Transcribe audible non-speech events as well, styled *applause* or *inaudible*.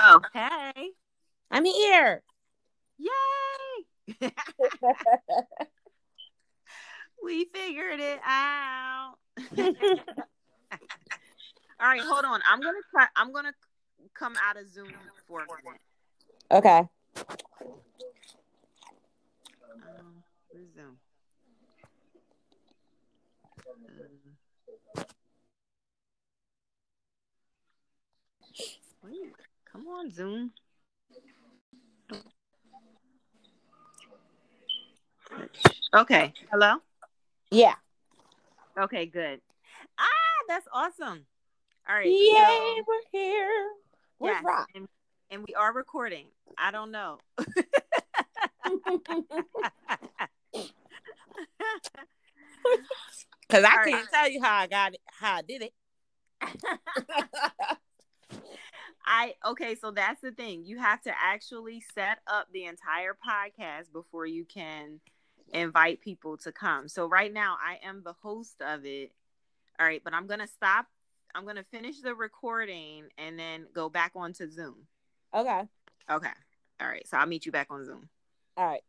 Hello. Hey. I'm here. Yay. we figured it out. All right, hold on. I'm gonna try I'm gonna come out of Zoom for a minute. Okay. Um, where's Zoom? Uh, wait, come on, Zoom. Okay. Hello. Yeah. Okay. Good. Ah, that's awesome. All right. Yay, so- we're here. We're Yes, rock. And, and we are recording. I don't know. Cause I All right. can't tell you how I got it, how I did it. I okay, so that's the thing. You have to actually set up the entire podcast before you can invite people to come. So right now I am the host of it. All right, but I'm going to stop. I'm going to finish the recording and then go back onto Zoom. *laughs* okay. Okay. All right. So I'll meet you back on Zoom. All right.